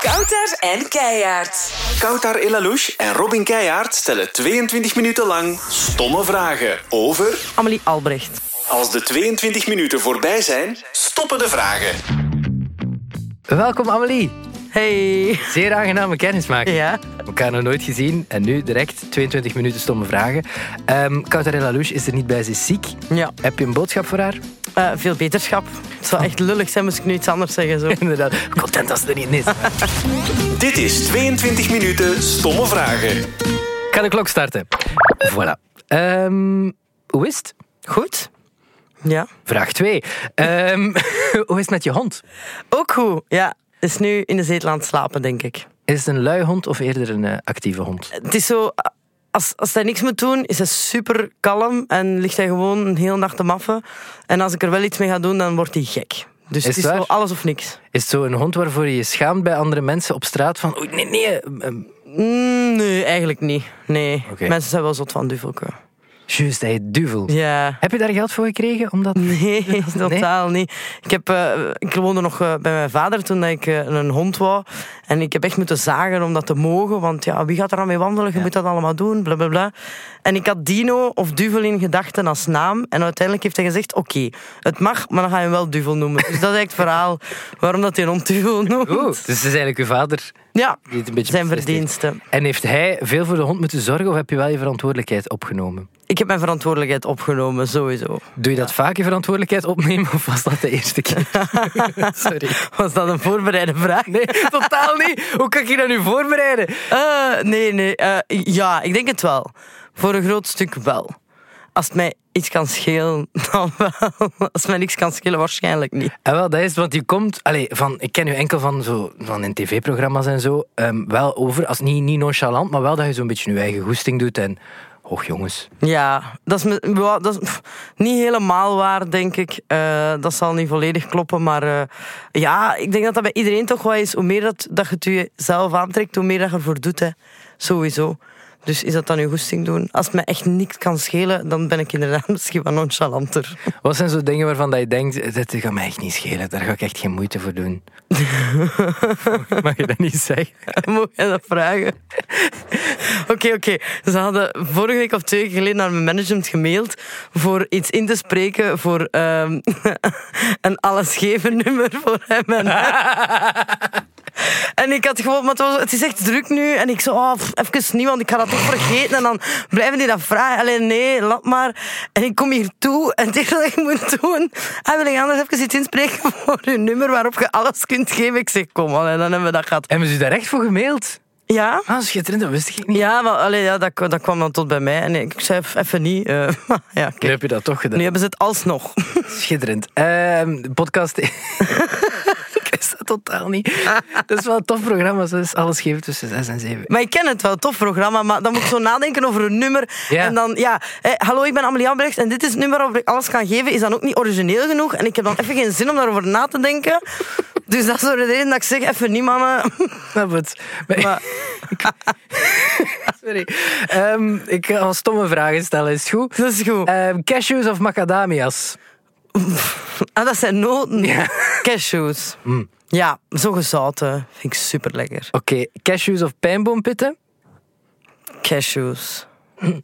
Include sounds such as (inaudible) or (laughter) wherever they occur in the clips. Kouter en Keijaard. Koutar Elalouche en Robin Keijaard stellen 22 minuten lang stomme vragen over... Amelie Albrecht. Als de 22 minuten voorbij zijn, stoppen de vragen. Welkom Amelie. Hey. Zeer aangename kennismaking. Ja. Elkaar nog nooit gezien en nu direct 22 minuten stomme vragen. Ehm Kouter Lalouche is er niet bij, ze is ziek. Ja. Heb je een boodschap voor haar? (laughs) Eh, veel beterschap. Het zou echt lullig zijn moest ik nu iets anders zeggen. Zo. Inderdaad. Content als het er niet is. Dit is 22 minuten stomme vragen. Ik ga de klok starten. Voilà. Ehm, hoe is het? Goed? (laughs) Ja. Vraag 2. (laughs) hoe is het met je hond? Ook goed. Ja. Is nu in de zetel aan het slapen, denk ik. Is het een lui hond of eerder een eh, actieve hond? Het is zo... a- Als, als hij niks moet doen, is hij super kalm en ligt hij gewoon een hele nacht te maffen. En als ik er wel iets mee ga doen, dan wordt hij gek. Dus Is het is het zo waar? alles of niks. Is het zo'n hond waarvoor je je schaamt bij andere mensen op straat? Van, oei, nee, nee. eh, ehm, Mm, Nee, eigenlijk niet. Nee. Oké. Mensen zijn wel zot van duvelken. juist, hij heet duvel. Ja. Heb je daar geld voor gekregen? Omdat... Nee, totaal niet. Ik, heb, eh, ik woonde nog eh, bij mijn vader toen dat ik eh, een hond wou. En ik heb echt moeten zagen om dat te mogen. Want ja, wie gaat er aan mee wandelen? Je moet dat allemaal doen, bla bla bla. En ik had Dino of Duvel in gedachten als naam. En uiteindelijk heeft hij gezegd: Oké, het mag, maar dan ga je hem wel Duvel noemen. Dus dat is echt het verhaal waarom dat hij een hond Duvel noemt. Oeh, dus het is eigenlijk uw vader Ja, die het een beetje zijn beslist heeft. verdiensten. En heeft hij veel voor de hond moeten zorgen of heb je wel je verantwoordelijkheid opgenomen? Ik heb mijn verantwoordelijkheid opgenomen, sowieso. Doe je dat vaak, je verantwoordelijkheid opnemen, of was dat de eerste keer? Sorry. Was dat een voorbereide vraag? Nee, totaal niet. Hoe kan ik je dat nu voorbereiden? Eh, nee, nee. eh, ja, ik denk het wel. Voor een groot stuk wel. Als het mij iets kan schelen, (laughs) dan wel. Als het mij niks kan schelen, waarschijnlijk niet. En Ah, wel, dat is, het, want je komt, allez, van, ik ken u enkel van, zo, van in tv-programma's en zo, ehm, wel over, als, niet, niet nonchalant, maar wel dat je zo'n beetje je eigen goesting doet en, och jongens. Ja, dat is, me- wa- dat is pff, niet helemaal waar, denk ik. Eh, dat zal niet volledig kloppen. Maar eh, ja, ik denk dat dat bij iedereen toch wel is. Hoe meer dat, dat je het jezelf aantrekt, hoe meer dat je ervoor doet. Hè. Sowieso. Dus is dat dan uw goesting doen? Als het mij echt niks kan schelen, dan ben ik inderdaad (laughs) misschien wat nonchalanter. Wat zijn zo dingen waarvan dat je denkt, dat gaat mij echt niet schelen, daar ga ik echt geen moeite voor doen. Mag je dat niet zeggen? (laughs) Moet je dat vragen? Oké, oké. Ze hadden vorige week of twee weken geleden naar mijn management gemaild voor iets in te spreken voor ehm, (laughs) een allesgeven nummer voor hem en haar. En ik had gewoon, maar het, was, het is echt druk nu. En ik zo, oh, pff, even niet, want ik ga dat toch vergeten. En dan blijven die dat vragen. Alleen nee, laat maar. En ik kom hier toe en het eerste dat ik moet doen. Hij wil ik anders even iets inspreken voor uw nummer waarop je alles kunt geven. Ik zeg, kom al, en dan hebben we dat gehad. Hebben ze u daar echt voor gemaild? Ja? Ah, schitterend, dat wist ik niet. Ja, maar allee, ja, dat, dat kwam dan tot bij mij. En ik zei f- even niet. eh, (laughs) maar ja, oké. Nu heb je dat toch gedaan. Nu hebben ze het (laughs) alsnog. Schitterend. Ehm, de podcast. (laughs) ik wist dat totaal niet. Dat is wel een tof programma. Ze is alles geven tussen 6 en 7. Maar ik ken het wel, tof programma. Maar dan moet ik zo nadenken over een nummer. Ja. En dan, ja, eh, hallo, ik ben Amelie Albrecht. En dit is het nummer waarop ik alles kan geven. Is dan ook niet origineel genoeg. En ik heb dan even geen zin om daarover na te (laughs) denken. Dus dat is zo de reden dat ik zeg, even niet, mannen. (laughs) Snap het. Maar- (laughs) Maar, sorry. Ehm, ik ga al stomme vragen stellen, is het goed? dat is goed. Ehm, cashews of macadamias? Ah, dat zijn noten. Ja. Mm. Cashews. Ja, zo gezouten. Vind ik super lekker. Oké, cashews of pijnboompitten? Cashews.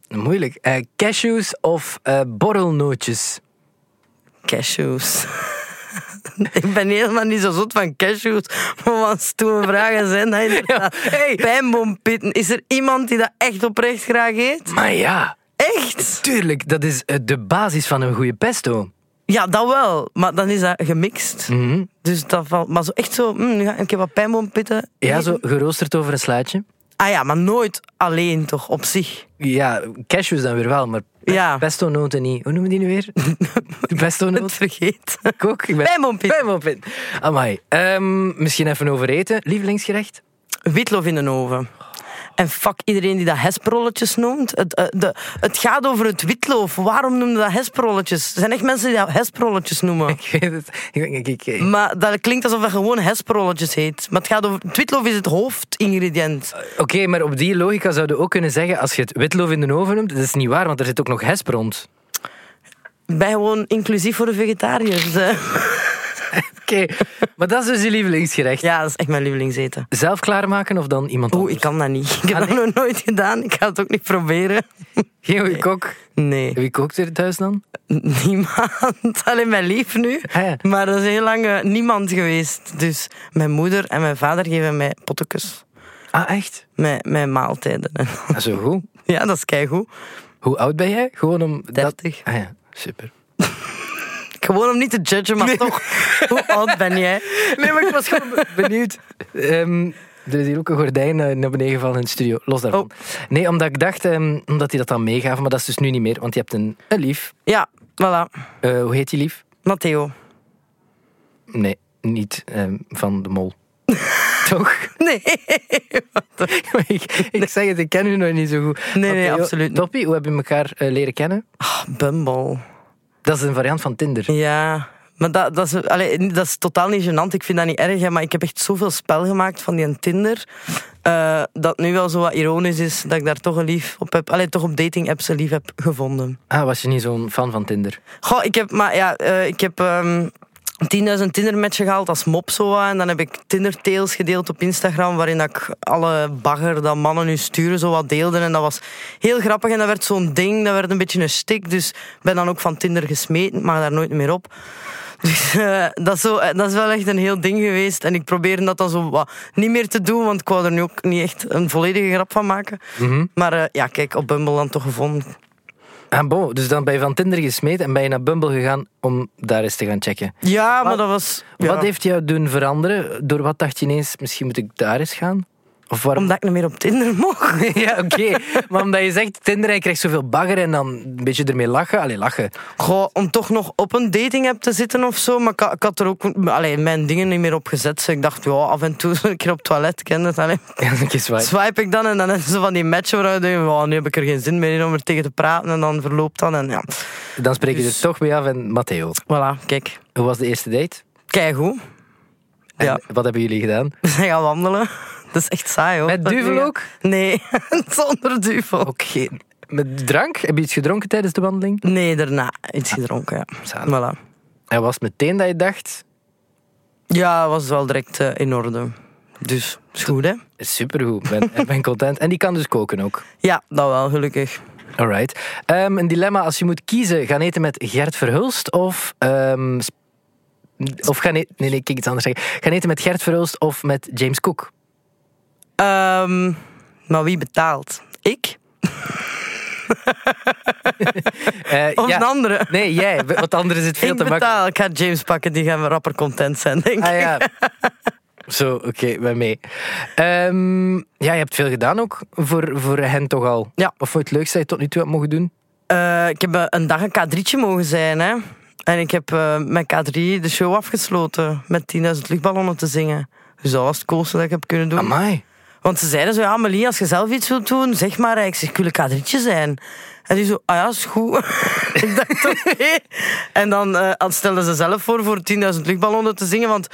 Moeilijk. Eh, cashews of eh, borrelnootjes? cashews. (laughs) ik ben helemaal niet zo zot van cashews. Maar wat stomme vragen zijn dat (laughs) inderdaad. hey. Pijnboompitten. Is er iemand die dat echt oprecht graag eet? Maar ja, Echt? tuurlijk, dat is eh, de basis van een goede pesto. Ja, dat wel. Maar dan is dat gemixt. Mhm. Dus dat valt... Maar zo echt zo... mm, nu ga ik een keer wat pijnboompitten. Ja, eten. zo geroosterd over een slaatje. Ah ja, maar nooit alleen toch, op zich. Ja, cashews dan weer wel, maar pe- Ja. pesto-noten niet. Hoe noemen die nu (laughs) weer? De Het pesto-noot? vergeet. (laughs) Ik ook. Ik ben... Pijnboompitten. Pijnboompin. Amai. Ehm, misschien even over eten. Lievelingsgerecht? (laughs) Witlof in de oven. En fuck iedereen die dat hesprolletjes noemt. Het, eh, de, het gaat over het witloof. Waarom noemen dat hesprolletjes? Er zijn echt mensen die dat hesprolletjes noemen. Ik weet het. Ik, ik, ik, ik- Maar dat klinkt alsof dat gewoon hesprolletjes heet. Maar het gaat over... Het witloof is het hoofdingrediënt. Oké, maar op die logica zouden we ook kunnen zeggen, als je het witloof in de oven noemt, dat is niet waar, want er zit ook nog hesp rond. Ik ben gewoon inclusief voor de vegetariërs. eh. (laughs) Maar dat is dus je lievelingsgerecht. Ja, dat is echt mijn lievelingseten. Zelf klaarmaken of dan iemand Oeh, anders? ik kan dat niet. Ik heb dat nog nooit gedaan. Ik ga het ook niet proberen. Geen goede kok. Nee, Wie kookt er thuis dan? (laughs) niemand. Alleen mijn lief nu. Ah ja. Maar dat is heel lang eh, niemand geweest. Dus mijn moeder en mijn vader geven mij pottekes. Ah, echt? Mijn, mijn maaltijden. (laughs) Ah, zo goed. Ja, dat is keigoed. Hoe oud ben jij? Gewoon om... dat- 30. Ah ja, (laughs) super. Gewoon om niet te judgen, maar (laughs) toch. Hoe oud ben jij? Nee, maar ik was gewoon be- benieuwd. Ehm, er is hier ook een gordijn eh, naar beneden gevallen in de studio. Los daarvan. Oh. Nee, omdat ik dacht ehm, omdat die dat dan meegaven. Maar dat is dus nu niet meer, want je hebt een, een lief. Ja, voilà. Eh, hoe heet die lief? Matteo. Nee, niet ehm, van de (laughs) mol. Toch? (laughs) Nee. ik, ik zeg het, ik ken u nog niet zo goed. nee, Oké, joh. absoluut niet. Toppie, hoe heb je elkaar eh, leren kennen? Ah, Bumble. Dat is een variant van Tinder. Ja, maar dat, dat, is, allee, dat is totaal niet gênant. Ik vind dat niet erg, hè, maar ik heb echt zoveel spel gemaakt van die Tinder. eh, dat nu wel zo wat ironisch is dat ik daar toch een lief op heb. Allee, toch op dating apps een lief heb gevonden. Ah, was je niet zo'n fan van Tinder? Goh, ik heb, maar ja, eh, ik heb ehm 10.000 Tinder-matchen gehaald als mop zo wat. En dan heb ik Tinder-tails gedeeld op Instagram, waarin dat ik alle bagger dat mannen nu sturen zo wat deelde. En dat was heel grappig en dat werd zo'n ding, dat werd een beetje een stik. Dus ik ben dan ook van Tinder gesmeten, maar daar nooit meer op. (laughs) Dus eh, dat, is zo, eh, dat is wel echt een heel ding geweest. En ik probeer dat dan zo wat niet meer te doen, want ik wou er nu ook niet echt een volledige grap van maken. Maar eh, ja, kijk, op Bumble dan toch gevonden. Ah, bon, dus dan ben je van Tinder gesmeed en ben je naar Bumble gegaan om daar eens te gaan checken. Ja, maar dat was... ja. Wat heeft jou doen veranderen? Door wat dacht je ineens, misschien moet ik daar eens gaan? Of waarom? Omdat ik niet meer op Tinder mocht. (laughs) Ja, oké. maar omdat je zegt, Tinder, hij krijgt zoveel bagger en dan een beetje ermee lachen. Allee, lachen. Goh, om toch nog op een dating app te zitten of zo. Maar ik, ha- ik had er ook allee, mijn dingen niet meer op gezet. Dus ik dacht, ja, af en toe een keer op het toilet, ken je het. Allee, (laughs) Ja, dat is waar. swipe ik dan en dan hebben ze van die matchen waar je denkt, "Wow, nu heb ik er geen zin meer in om er tegen te praten. En dan verloopt dat en ja. Dan spreek je Dus- er toch mee af. En Matteo, Voilà, kijk. hoe was de eerste date? Keigoed. (laughs) En Ja. Wat hebben jullie gedaan? We zijn gaan wandelen. (laughs) Dat is echt saai hoor. Met Dat duvel nu, ja. ook? Nee, (laughs) zonder duvel. Oké. Met drank? Heb je iets gedronken tijdens de wandeling? Nee, daarna iets gedronken, ja. Zalig. Voilà. En was het meteen dat je dacht, Ja, was wel direct eh, in orde. Dus, is goed hè? supergoed, ik ben, (laughs) ik ben content. En die kan dus koken ook. Ja, dat wel, gelukkig. Alright. Ehm, een dilemma als je moet kiezen: gaan eten met Gert Verhulst of. ehm, sp- of gaan eten. Nee, nee, ik kan iets anders zeggen. Gaan eten met Gert Verhulst of met James Cook? Ehm, maar wie betaalt? Ik Eh, of ja. een andere? Nee, jij. Want anders is het veel ik te makkelijk. betaal. Ik ga James pakken, die gaan we rapper content zijn, denk ik. Ah ja. Zo, oké, wij mee. Ehm, ja, je hebt veel gedaan ook voor, voor hen toch al. Ja. Of voor het leukste dat je tot nu toe hebt mogen doen? Eh, ik heb eh, een dag een K3'tje mogen zijn, hè. En ik heb eh, met K3 de show afgesloten met 10.000 luchtballonnen te zingen. Dus dat was het coolste dat ik heb kunnen doen. Amai. Want ze zeiden zo, ja, Amelie, als je zelf iets wilt doen, zeg maar. Ik zeg, ik wil een kadrietje zijn. En die zo, ah ja, is goed. (laughs) ik dacht, oké. En dan eh, stelden ze zelf voor voor 10.000 luchtballonnen te zingen, want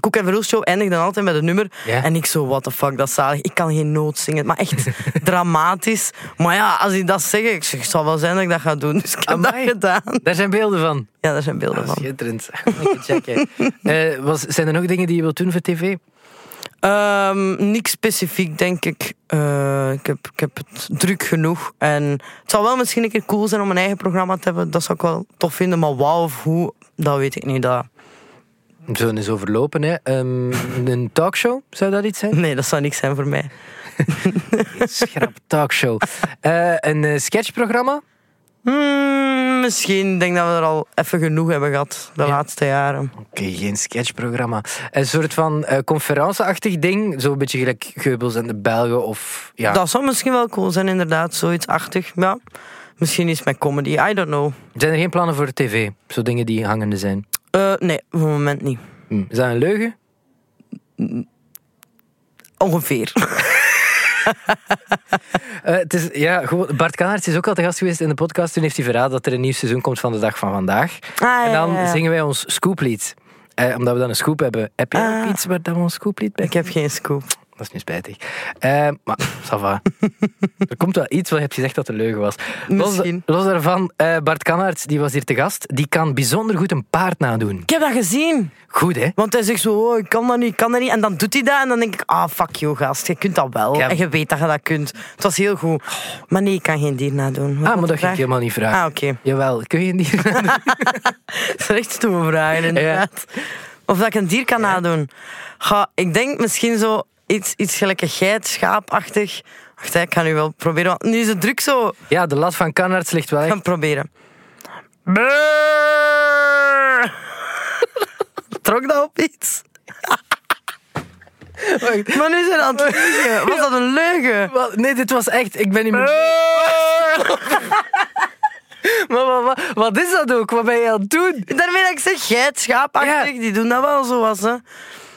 Koek en Verhoel Show eindigde dan altijd met een nummer. Ja. En ik zo, what the fuck, dat is zalig. Ik kan geen noot zingen. Maar echt (laughs) dramatisch. Maar ja, als ik dat zeg, ik zeg, het zal wel zijn dat ik dat ga doen. Dus ik heb Amai. dat gedaan. Daar zijn beelden van. Ja, daar zijn beelden van. Schitterend. Moet je checken. Eh, was, zijn er nog dingen die je wilt doen voor tv? Ehm, niks specifiek, denk ik. Eh, ik, heb, ik heb het druk genoeg. En het zou wel misschien een keer cool zijn om een eigen programma te hebben. Dat zou ik wel tof vinden. Maar wauw of hoe, dat weet ik niet. Dat... (laughs) We zullen eens overlopen, hè. Ehm, een talkshow, zou dat iets (laughs) zijn? Nee, dat zou niks zijn voor mij. Een Schrap talkshow. Eh, een eh, sketchprogramma? Hmm, misschien denk dat we er al even genoeg hebben gehad de laatste jaren. Oké, geen sketchprogramma. Een soort van eh conferentie-achtig ding. Zo'n beetje gelijk Geubels en de Belgen of... Ja, Dat zou misschien wel cool zijn, inderdaad. Zoiets-achtig. Ja. Misschien iets met comedy. I don't know. Zijn er geen plannen voor tv? Zo dingen die hangende zijn. Eh, nee, voor het moment niet. Hm, Is dat een leugen? (laughs) Ongeveer. Eh, het is, ja, gewoon, Bart Kanaerts is ook al te gast geweest in de podcast. Toen heeft hij verraden dat er een nieuw seizoen komt van de dag van vandaag. Ah, ja, en dan ja, ja. zingen wij Ah. ons scooplied. Eh, omdat we dan een scoop hebben. Heb jij ook iets waar dan we ons scooplied bij Ik heb geen scoop. Dat is nu spijtig. Ehm, maar, (laughs) ça va. er komt wel iets wat je hebt gezegd dat de leugen was. Los, Misschien. los daarvan, eh, Bart Kannaerts, die was hier te gast, die kan bijzonder goed een paard nadoen. Ik heb dat gezien. Goed, hè? Want hij zegt zo, oh, ik kan dat niet, ik kan dat niet. En dan doet hij dat en dan denk ik, ah, fuck you, gast. Je kunt dat wel. Ja. En je weet dat je dat kunt. Het was heel goed. Maar nee, ik kan geen dier nadoen. Wat Ah, maar was de dat ging vraag? ik helemaal niet vragen. Ah, oké. Jawel, kun je een dier nadoen? (laughs) Dat is echt stomme vragen, inderdaad. Of dat ik een dier kan nadoen. Ga, ik denk misschien zo iets, iets gelijk een geit, schaapachtig. Wacht, hè, ik ga nu wel proberen. Want nu is het druk zo. Ik (laughs) Ja, de lat van Kannaerts ligt wel ga echt... het proberen. Brrr. Trok dat op iets? Maar nu zijn we aan het liegen. Was dat een leugen? Wel, Nee, dit was echt... Ik ben niet meer... Oh! (laughs) Maar wat, wat, wat is dat ook? Wat ben je aan het doen? Daarmee dat ik zeg geit, schaapachtig, Ja. die doen dat wel zo was. Hè.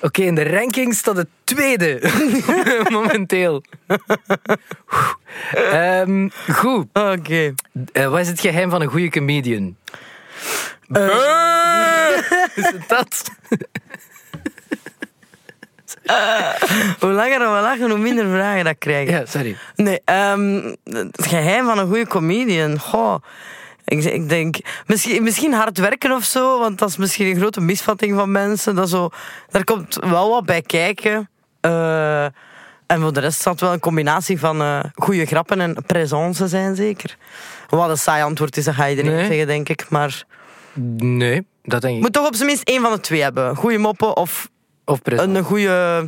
Oké, in de ranking staat het tweede. (laughs) Momenteel. Oeh. Ehm, goed. Oké. Eh, wat is het geheim van een goede comedian? Is het dat? (laughs) Hoe langer we lachen, hoe minder vragen dat ik krijg. Ja, sorry. Nee, ehm, het geheim van een goede comedian. Goh. Ik, ik denk, misschien, misschien hard werken of zo, want dat is misschien een grote misvatting van mensen. Dat zo, daar komt wel wat bij kijken. Eh, en voor de rest zat wel een combinatie van eh goede grappen en présence zijn, zeker. Wat een saai antwoord is, dat ga iedereen Nee. zeggen, denk ik. Maar Nee, dat denk ik. moet toch op zijn minst één van de twee hebben. Goede moppen of Of present. een goede,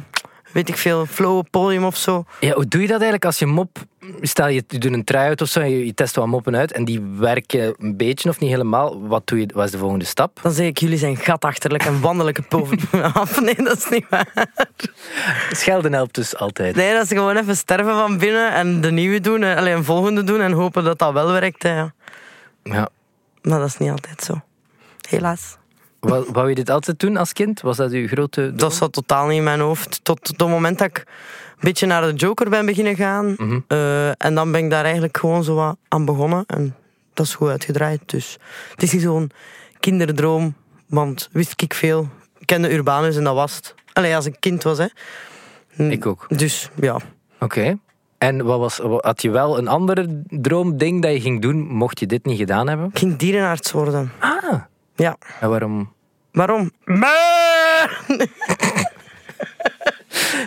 weet ik veel, flow op podium of zo. Ja, hoe doe je dat eigenlijk als je mop... Stel, je doet een trui uit of zo en je, je test wat moppen uit en die werken een beetje of niet helemaal. Wat, doe je, wat is de volgende stap? Dan zeg ik, jullie zijn gatachterlijk en wandelijke (laughs) pover. af. Nee, dat is niet waar. Schelden helpt dus altijd. Nee, dat is gewoon even sterven van binnen en de nieuwe doen. en- Allee, een volgende doen en hopen dat dat wel werkt. hè, ja. Ja. Maar dat is niet altijd zo. Helaas. Wou, wou je dit altijd doen als kind? Was dat je grote... droom? Dat zat totaal niet in mijn hoofd. Tot het moment dat ik een beetje naar de Joker ben beginnen gaan. Mhm. Eh, en dan ben ik daar eigenlijk gewoon zo wat aan begonnen. En dat is goed uitgedraaid. Dus het is niet zo'n kinderdroom. Want wist ik veel. Ik kende Urbanus en dat was het. Allee, als ik kind was, hè. Ik ook. Dus ja, Oké. En wat was, wa- had je wel een andere droomding dat je ging doen, mocht je dit niet gedaan hebben? ik ging dierenarts worden. Ah. Ja. En waarom? Waarom?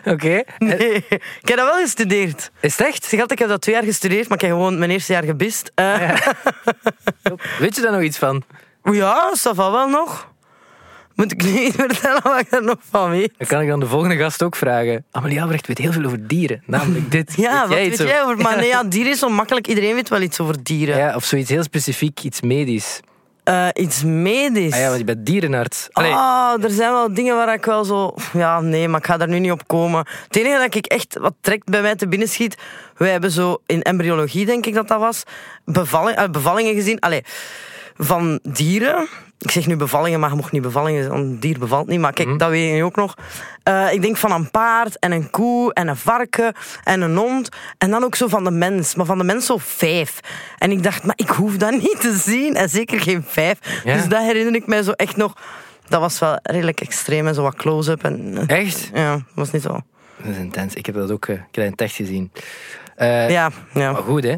Oké. Nee. (laughs) Ik heb dat wel gestudeerd. Is het echt? Zeg altijd, ik heb dat twee jaar gestudeerd, maar ik heb gewoon mijn eerste jaar gebist. Eh, ja, Weet je daar nog iets van? ça va wel nog. Moet ik niet (laughs) vertellen wat ik er nog van weet? Dan kan ik dan de volgende gast ook vragen. Amelie Albrecht weet heel veel over dieren. Namelijk (laughs) dit. Ja, wat iets weet jij over... Maar nee, (laughs) ja, dieren is zo makkelijk. Iedereen weet wel iets over dieren. Ja, of zoiets heel specifiek, iets medisch. Eh, iets medisch. Ah ja, want je bent dierenarts. Allee, Oh, er zijn wel dingen waar ik wel zo... Ja, nee, maar ik ga daar nu niet op komen. Het enige dat ik echt wat trekt bij mij te binnen schiet... Wij hebben zo in embryologie, denk ik dat dat was, bevalling, eh, bevallingen gezien. Allee, van dieren... Ik zeg nu bevallingen, maar je mocht niet bevallingen zeggen, want Een dier bevalt niet, maar kijk, Mhm. dat weet je nu ook nog. Eh, ik denk van een paard en een koe en een varken en een hond. En dan ook zo van de mens. Maar van de mens zo vijf. En ik dacht, maar ik hoef dat (laughs) niet te zien. En zeker geen vijf. Ja. Dus dat herinner ik mij zo echt nog. Dat was wel redelijk extreem en zo wat close-up. En, eh, Echt? ja, dat was niet zo. Dat is intens. Ik heb dat ook eh, ik heb dat in het echt gezien. Eh, Ja, ja. Maar goed, hè.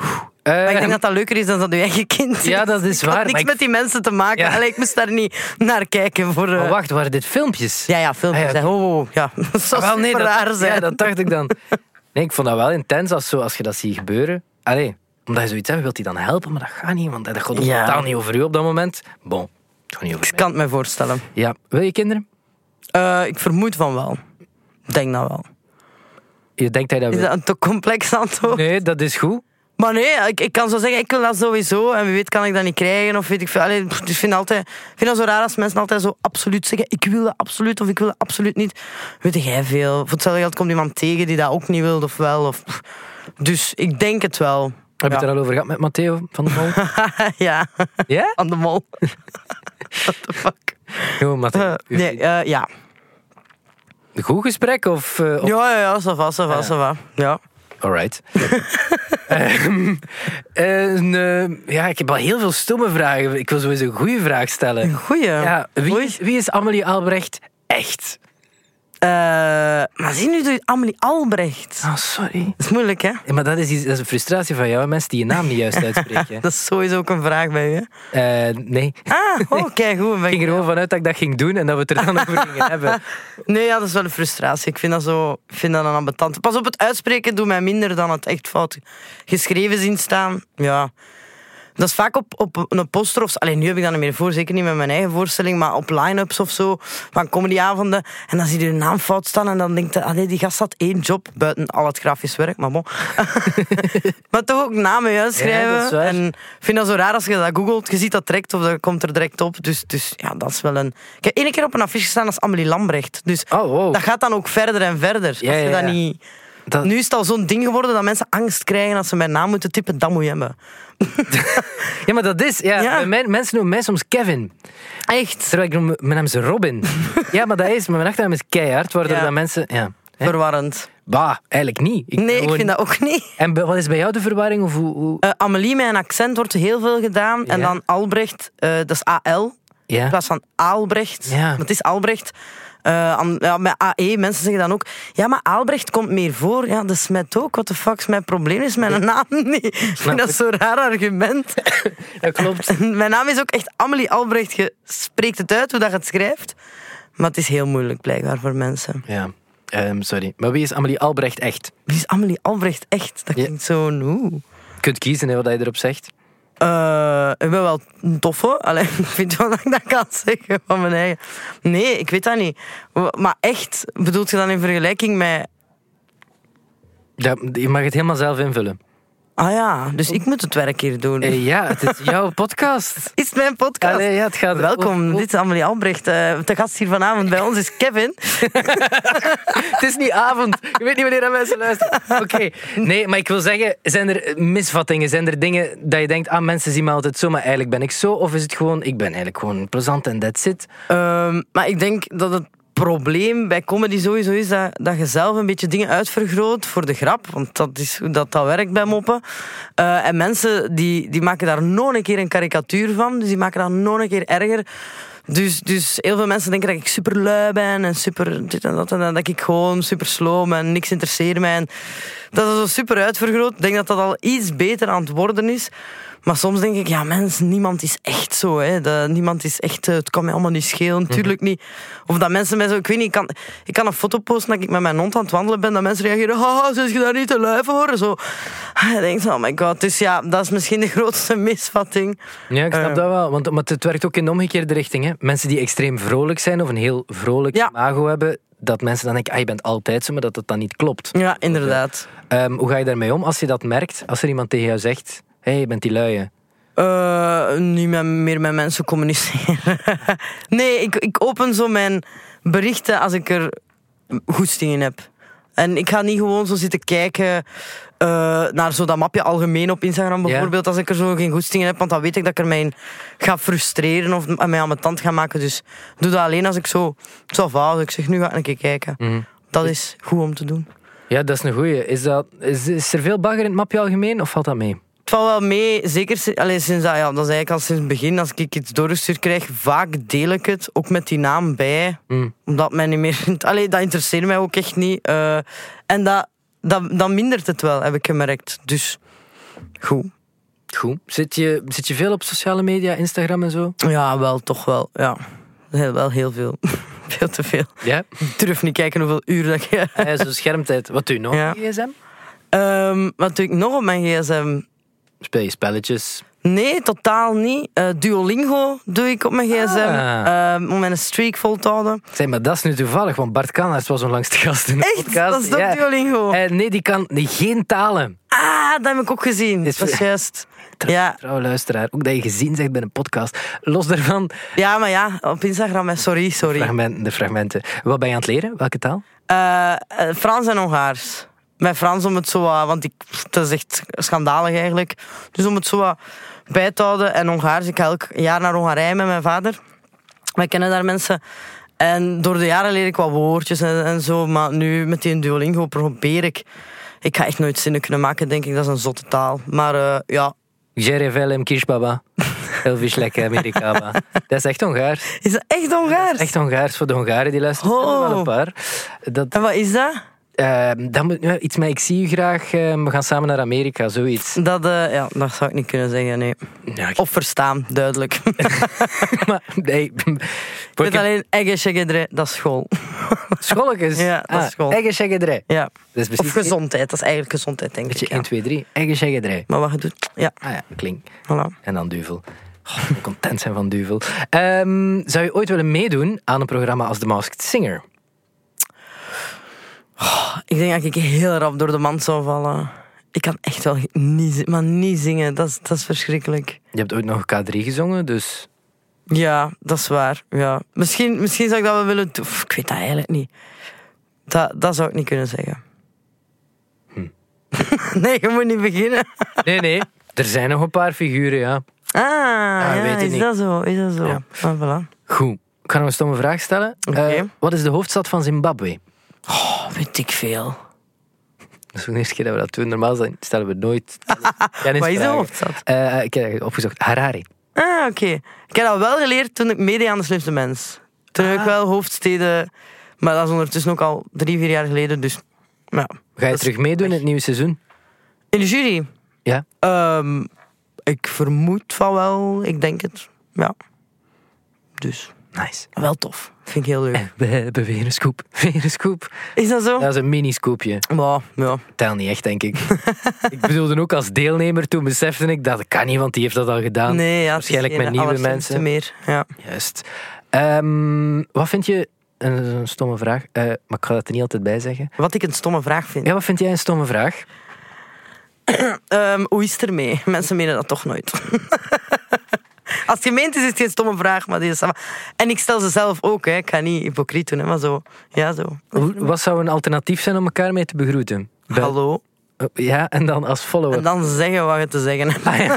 Oeh. Eh, Maar ik denk dat dat leuker is dan dat je eigen kind is. Ja, dat (laughs) is Ik had waar, maar niks ik- met die mensen te maken. Ja. Allee, ik moest daar niet naar kijken voor... eh, maar oh, wacht, waren dit filmpjes? Ja, ja, filmpjes. Ah, ja, hè. Ho, ho, ho. Ja, (laughs) dat zou Ah, wel, nee, super dat- raar zijn. Ja, dat dacht ik dan. Nee, ik vond dat wel intens als, zo, als je dat ziet gebeuren. Allee, omdat je zoiets hebt, wilt hij dan helpen, maar dat gaat niet, want dat gaat ook Ja. totaal niet over u op dat moment. Bon, het gaat niet over Ik kan het me voorstellen. mij. Ja, wil je kinderen? Eh, ik vermoed van wel. Ik Denk dat wel. Je denkt dat je dat Is wil. dat een te complex antwoord? Nee, dat is goed. Maar nee, ik, ik kan zo zeggen, ik wil dat sowieso. En wie weet kan ik dat niet krijgen. Of weet ik veel. Allee, pff, dus ik vind, altijd, ik vind dat zo raar als mensen altijd zo absoluut zeggen... Ik wil dat absoluut of ik wil dat absoluut niet. Weet jij veel. Voor hetzelfde geld komt iemand tegen die dat ook niet wil of wel. Of, pff. dus ik denk het wel. Heb je ja. het er al over gehad met Matteo van de (laughs) Mol? ja, ja? aan de (laughs) mol. What the fuck? Gewoon Matteo. Eh, nee, eh, ja. Goed gesprek of... eh, of- Ja, ja, ja, ça va, ça va, Ah, ça va. Ja. Alright. (laughs) Ehm, en, eh, ja, ik heb al heel veel stomme vragen. Ik wil sowieso een goede vraag stellen. Goeie. Ja, wie, Oei. is- wie is Amelie Albrecht echt? Eh, maar zie nu doe je Amelie Albrecht. Oh, sorry. Dat is moeilijk, hè? Maar dat is, iets- dat is een frustratie van jou, hè, mensen die je naam niet (laughs) juist uitspreken. Dat is sowieso ook een vraag bij je. Eh, (laughs) nee. Ah, oh, kijk goed. Ik ging er gewoon vanuit dat ik dat ging doen en dat we het er dan over (laughs) gingen hebben. Nee, ja, dat is wel een frustratie. Ik vind dat, zo, ik vind dat een ambetant. Pas op, het uitspreken doet mij minder dan het echt fout geschreven zien staan. Ja. Dat is vaak op, op een poster of zo. Alleen nu heb ik dat niet meer voor, zeker niet met mijn eigen voorstelling, maar op line-ups of zo, van comedyavonden. En dan zie je hun naam fout staan en dan denkt je, allee, die gast had één job, buiten al het grafisch werk, maar bon. (laughs) maar toch ook namen juist Ja, dat schrijven. is waar. en ik vind dat zo raar als je dat googelt, je ziet dat direct of dat komt er direct op. Dus, dus ja, dat is wel een... Ik heb één keer op een affiche gestaan als Amelie Lambrecht. Dus Oh, wow. dat gaat dan ook verder en verder. Ja, als je ja, ja. dat niet... Dat- Nu is het al zo'n ding geworden dat mensen angst krijgen als ze mijn naam moeten typen. Dat moet je hebben. Ja, maar dat is... Ja, Ja. bij mij- mensen noemen mij soms Kevin. Echt. Terwijl ik noem... Mijn naam is (laughs) Robin. ja, maar dat is... Mijn achternaam is keihard, waardoor Ja. dan mensen... Ja. Hè? Verwarrend. Bah, eigenlijk niet. Ik Nee, ik gewoon- vind dat ook niet. En bij- wat is bij jou de verwarring? Of hoe, hoe... Eh, Amelie, mijn accent wordt heel veel gedaan. En Ja. dan Albrecht, eh, dat is AL. In Ja. plaats van Aalbrecht. Ja. Want het is Albrecht. Eh, am- ja, met AE, mensen zeggen dan ook... Ja, maar Aalbrecht komt meer voor. Ja, dat is met ook. What the fuck is mijn probleem? Is mijn naam niet? Ik (laughs) vind dat zo'n raar argument. (clears throat) Dat klopt. (laughs) mijn naam is ook echt Amelie Albrecht. Je spreekt het uit hoe dat je het schrijft. Maar het is heel moeilijk blijkbaar voor mensen. Ja. Ehm, sorry. Maar wie is Amelie Albrecht echt? Wie is Amelie Albrecht echt? Dat Ja. klinkt zo'n... Oeh. Je kunt kiezen hè, wat je erop zegt. Eh, ik ben wel een toffe. Alleen, (laughs) ik vind wel dat ik dat kan zeggen van mijn eigen. Nee, ik weet dat niet. Wa- Maar echt, bedoelt je dan in vergelijking met... Ja, je mag het helemaal zelf invullen. Ah ja, dus ik moet het werk hier doen. Eh, ja, het is (laughs) jouw podcast. Is het mijn podcast? Allee, ja, het gaat Welkom, Oh, oh. dit is Amelie Albrecht. Eh, de gast hier vanavond bij ons is Kevin. Het is niet avond. Je weet niet wanneer dat mensen luisteren. Oké. Nee, maar ik wil zeggen, zijn er misvattingen? Zijn er dingen dat je denkt, ah, mensen zien me altijd zo, maar eigenlijk ben ik zo? Of is het gewoon, ik ben eigenlijk gewoon plezant en that's it? Ehm, maar ik denk dat het probleem bij comedy sowieso is dat, dat je zelf een beetje dingen uitvergroot voor de grap. Want dat is hoe dat, dat werkt bij moppen. Eh, en mensen die, die maken daar nog een keer een karikatuur van. Dus die maken dat nog een keer erger. Dus, dus heel veel mensen denken dat ik super lui ben en super dit en dat en dat. Dat ik gewoon super sloom en niks interesseert mij. En dat is zo super uitvergroot. Ik denk dat dat al iets beter aan het worden is. Maar soms denk ik, ja mens, niemand is echt zo. Hè. Dat- niemand is echt, eh, het kan mij allemaal niet schelen, tuurlijk niet. Of dat mensen mij zo, ik weet niet, ik kan, ik kan een foto posten dat ik met mijn hond aan het wandelen ben, dat mensen reageren, haha, zit je daar niet te lui voor? Zo. En ik denk, oh my god, dus ja, dat is misschien de (laughs) grootste misvatting. Ja, ik snap Eh. dat wel. Want maar het werkt ook in de omgekeerde richting. Hè. Mensen die extreem vrolijk zijn of een heel vrolijk Ja. imago hebben, dat mensen dan denken, ah, je bent altijd zo, maar dat dat dan niet klopt. Ja, inderdaad. Ehm, hoe ga je daarmee om als je dat merkt? Als er iemand tegen jou zegt, hé, hey, je bent die luie. Eh, niet met- meer met mensen communiceren. (laughs) nee, ik, ik open zo mijn berichten als ik er goesting in heb. En ik ga niet gewoon zo zitten kijken eh, naar zo dat mapje algemeen op Instagram bijvoorbeeld. Als ik er zo geen goesting in heb, want dan weet ik dat ik er mij in ga frustreren of mij aan mijn tand ga maken. Dus doe dat alleen als ik zo... Zo vaal, ik zeg, nu ga ik een keer kijken. Dat is goed om te doen. Ja, dat is een goeie. Is, dat, is, is er veel bagger in het mapje algemeen of valt dat mee? Het valt wel mee, zeker si- allee, sinds dat, ja, dat is eigenlijk al sinds het begin. Als ik iets doorgestuurd krijg, vaak deel ik het, ook met die naam bij. Omdat mij niet meer... (laughs) Allee, dat interesseert mij ook echt niet. eh. en dat, dat, dat mindert het wel, heb ik gemerkt. Dus, goed. Goed. Zit je, zit je veel op sociale media, Instagram en zo? Ja, wel, toch wel. Ja, heel, wel heel veel. (laughs) veel te veel. Ja. (laughs) Ik durf niet kijken hoeveel uur dat je... Eh, Zo'n schermtijd. Wat doe je nog? Ja. GSM? Ehm, wat doe ik nog op mijn gsm? Speel je spelletjes? Nee, totaal niet. Eh, Duolingo doe ik op mijn gsm. Ah. eh, om mijn streak vol te houden. Zeg, maar dat is nu toevallig, want Bart Kanaerts was onlangs te gast in de Echt? podcast. Dat is op Duolingo? Eh, nee, die kan nee, geen talen. Ah, dat heb ik ook gezien. Is- Dat is juist. Ja. Trouw luisteraar, ook dat je gezien zegt bij een podcast. Los daarvan, ja, maar ja, op Instagram. hè. Sorry, sorry. fragmenten, de fragmenten. Wat ben je aan het leren? Welke taal? Eh, eh, Frans en Hongaars. Met Frans om het zo wat- want ik, pff, dat is echt schandalig eigenlijk. Dus om het zo wat bij te houden. En Hongaars, ik ga elk jaar naar Hongarije met mijn vader. Wij kennen daar mensen. En door de jaren leer ik wat woordjes en, en zo. Maar nu met die Duolingo probeer ik... Ik ga echt nooit zinnen kunnen maken, denk ik. Dat is een zotte taal. Maar eh, ja, (laughs) Jerevelem Kishbaba. Elvis lekker Americana. Dat is echt Hongaars. Is dat echt Hongaars? (laughs) Echt Hongaars voor de Hongaren die luisteren. Er zijn er wel een Oh. paar. Dat, En wat is dat? eh, dat moet ja, iets met ik zie u graag, eh, we gaan samen naar Amerika, zoiets. Dat, eh, ja, dat zou ik niet kunnen zeggen, nee. Ja, ik- Of verstaan, duidelijk. (laughs) maar, nee. Ik weet alleen eggenschegedre, dat is school. (laughs) Scholletjes. Ah, Ja, dat is school. Eigen cheggedrij. Ja. Dat is precies- Of gezondheid, dat is eigenlijk gezondheid, denk Beetje ik. 1, Ja. 2, 3. Eigen cheggedrij. Maar wat je doet, ja, Ah ja, klink. voilà. En dan Duvel. Oh, ik wil content zijn van Duvel. Ehm, zou je ooit willen meedoen aan een programma als The Masked Singer? Ik denk dat ik heel rap door de mand zou vallen. Ik kan echt wel niet, zi- maar niet zingen, dat is, dat is verschrikkelijk. Je hebt ooit nog K3 (laughs) gezongen, dus... Ja, dat is waar. Ja. Misschien, misschien zou ik dat wel willen doen. Pff, Ik weet dat eigenlijk niet. Dat, dat zou ik niet kunnen zeggen. (laughs) nee, je moet niet beginnen. Nee, nee. Er zijn nog een paar figuren, ja. Ah, ja, weet het is niet. dat zo? Is dat zo? Ja. Ah, voilà. Goed. Ik ga nog een stomme vraag stellen. Oké. Eh, wat is de hoofdstad van Zimbabwe? Oh, weet ik veel. Dat is de eerste keer dat we dat doen. Normaal zijn- stellen we nooit... Dennis (laughs) Wat is de vragen. hoofdstad? Eh, ik heb het opgezocht. Harare. Ah, oké. Ik heb dat wel geleerd toen ik meedeed aan De Slimste Mens. Toen heb ik wel hoofdsteden... Maar dat is ondertussen ook al drie, vier jaar geleden, dus... Ja. Ga je Dat is terug meedoen in het nieuwe seizoen? In de jury? Ja. Ehm, ik vermoed van wel. Ik denk het. Ja. Dus... Eh. Nice. Wel tof. Vind ik heel leuk. Eh, We hebben weer een scoop. (laughs) Weer een scoop. Is dat zo? Dat is een mini-scoopje. Wow, ja. Tel niet echt, (laughs) denk ik. ik bedoelde ook als deelnemer toen besefte ik dat kan niet, want die heeft dat al gedaan. Nee, ja, het is Waarschijnlijk geen met nieuwe allerslimste mensen. meer. Ja. Juist. Ehm, wat vind je... en dat is een stomme vraag, eh, maar ik ga dat er niet altijd bij zeggen. Wat ik een stomme vraag vind. Ja, wat vind jij een stomme vraag? Ehm, hoe is het ermee? (laughs) Mensen menen dat toch nooit. (laughs) Als het gemeend is, is het geen stomme vraag. Maar die is... En ik stel ze zelf ook. Hè. Ik ga niet hypocriet doen, hè, maar zo. Ja, zo. Hoe- Wat zou een alternatief zijn om elkaar mee te begroeten? Bel- Hallo. Eh, Ja, en dan als follower. En dan zeggen wat je te zeggen hebt. Ah, (laughs) ja.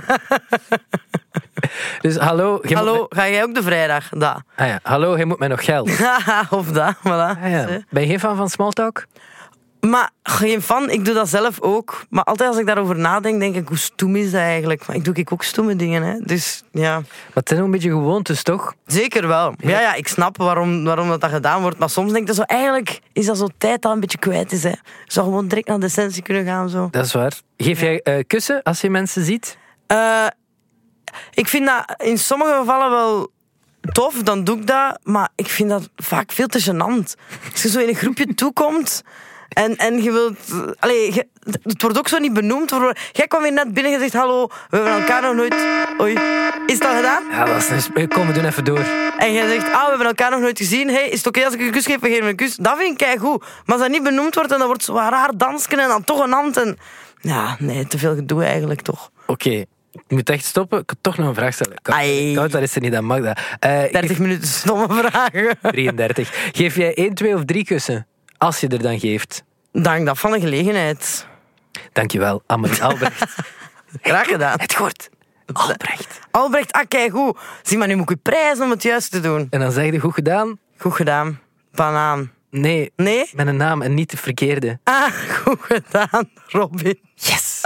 dus hallo... jij moet Hallo, me- ga jij ook de vrijdag? Dat. Ah, ja. Hallo, jij moet mij (laughs) nog geld. Haha, (laughs) of dat, voilà. Ah, ja. Ben je geen fan van smalltalk? Maar geen van, ik doe dat zelf ook. Maar altijd als ik daarover nadenk, denk ik, hoe stoem is dat eigenlijk? Maar ik doe ik ook stoeme dingen, hè. Dus ja, Maar het zijn ook een beetje gewoontes, toch? zeker wel. Ja, ja, ik snap waarom, waarom dat, dat gedaan wordt. Maar soms denk ik zo, eigenlijk is dat zo tijd dat een beetje kwijt is, hè. Zou gewoon direct naar de essentie kunnen gaan, zo. Dat is waar. Geef jij eh, kussen als je mensen ziet? Eh, ik vind dat in sommige gevallen wel tof, dan doe ik dat. Maar ik vind dat vaak veel te gênant. Als je zo in een groepje toekomt en, en je wilt... Allee, je- het wordt ook zo niet benoemd. Voor- Jij kwam hier net binnen en je zegt hallo, we hebben elkaar nog nooit... Oei, is dat gedaan? Ja, dat is een sp- Kom, we doen even door. En jij zegt, ah, we hebben elkaar nog nooit gezien. Hey, is het oké als ik je een kus geef? We geven een kus. Dat vind ik goed. Maar als dat niet benoemd wordt en dan wordt zo'n raar dansken en dan toch een hand en... Ja, nee, te veel gedoe eigenlijk toch. Oké, ik moet echt stoppen. Ik kan toch nog een vraag stellen. Koud, Ai. koud dat is er niet, dat mag dat. Eh, ik (laughs) geef 30 minuten stomme vragen. 33. Geef jij 1, 2 of 3 kussen? Als je er dan geeft. Dank dat van een gelegenheid. Dankjewel, (laughs) Amelie Albrecht. Graag gedaan. Het goed. Albrecht. Albrecht, ah, kijk goed. Zie maar, nu moet ik u prijzen om het juist te doen. En dan zeg je, goed gedaan? Goed gedaan. Banaan. Nee, Nee? met een naam en niet de verkeerde. Ah, goed gedaan, Robin. Yes.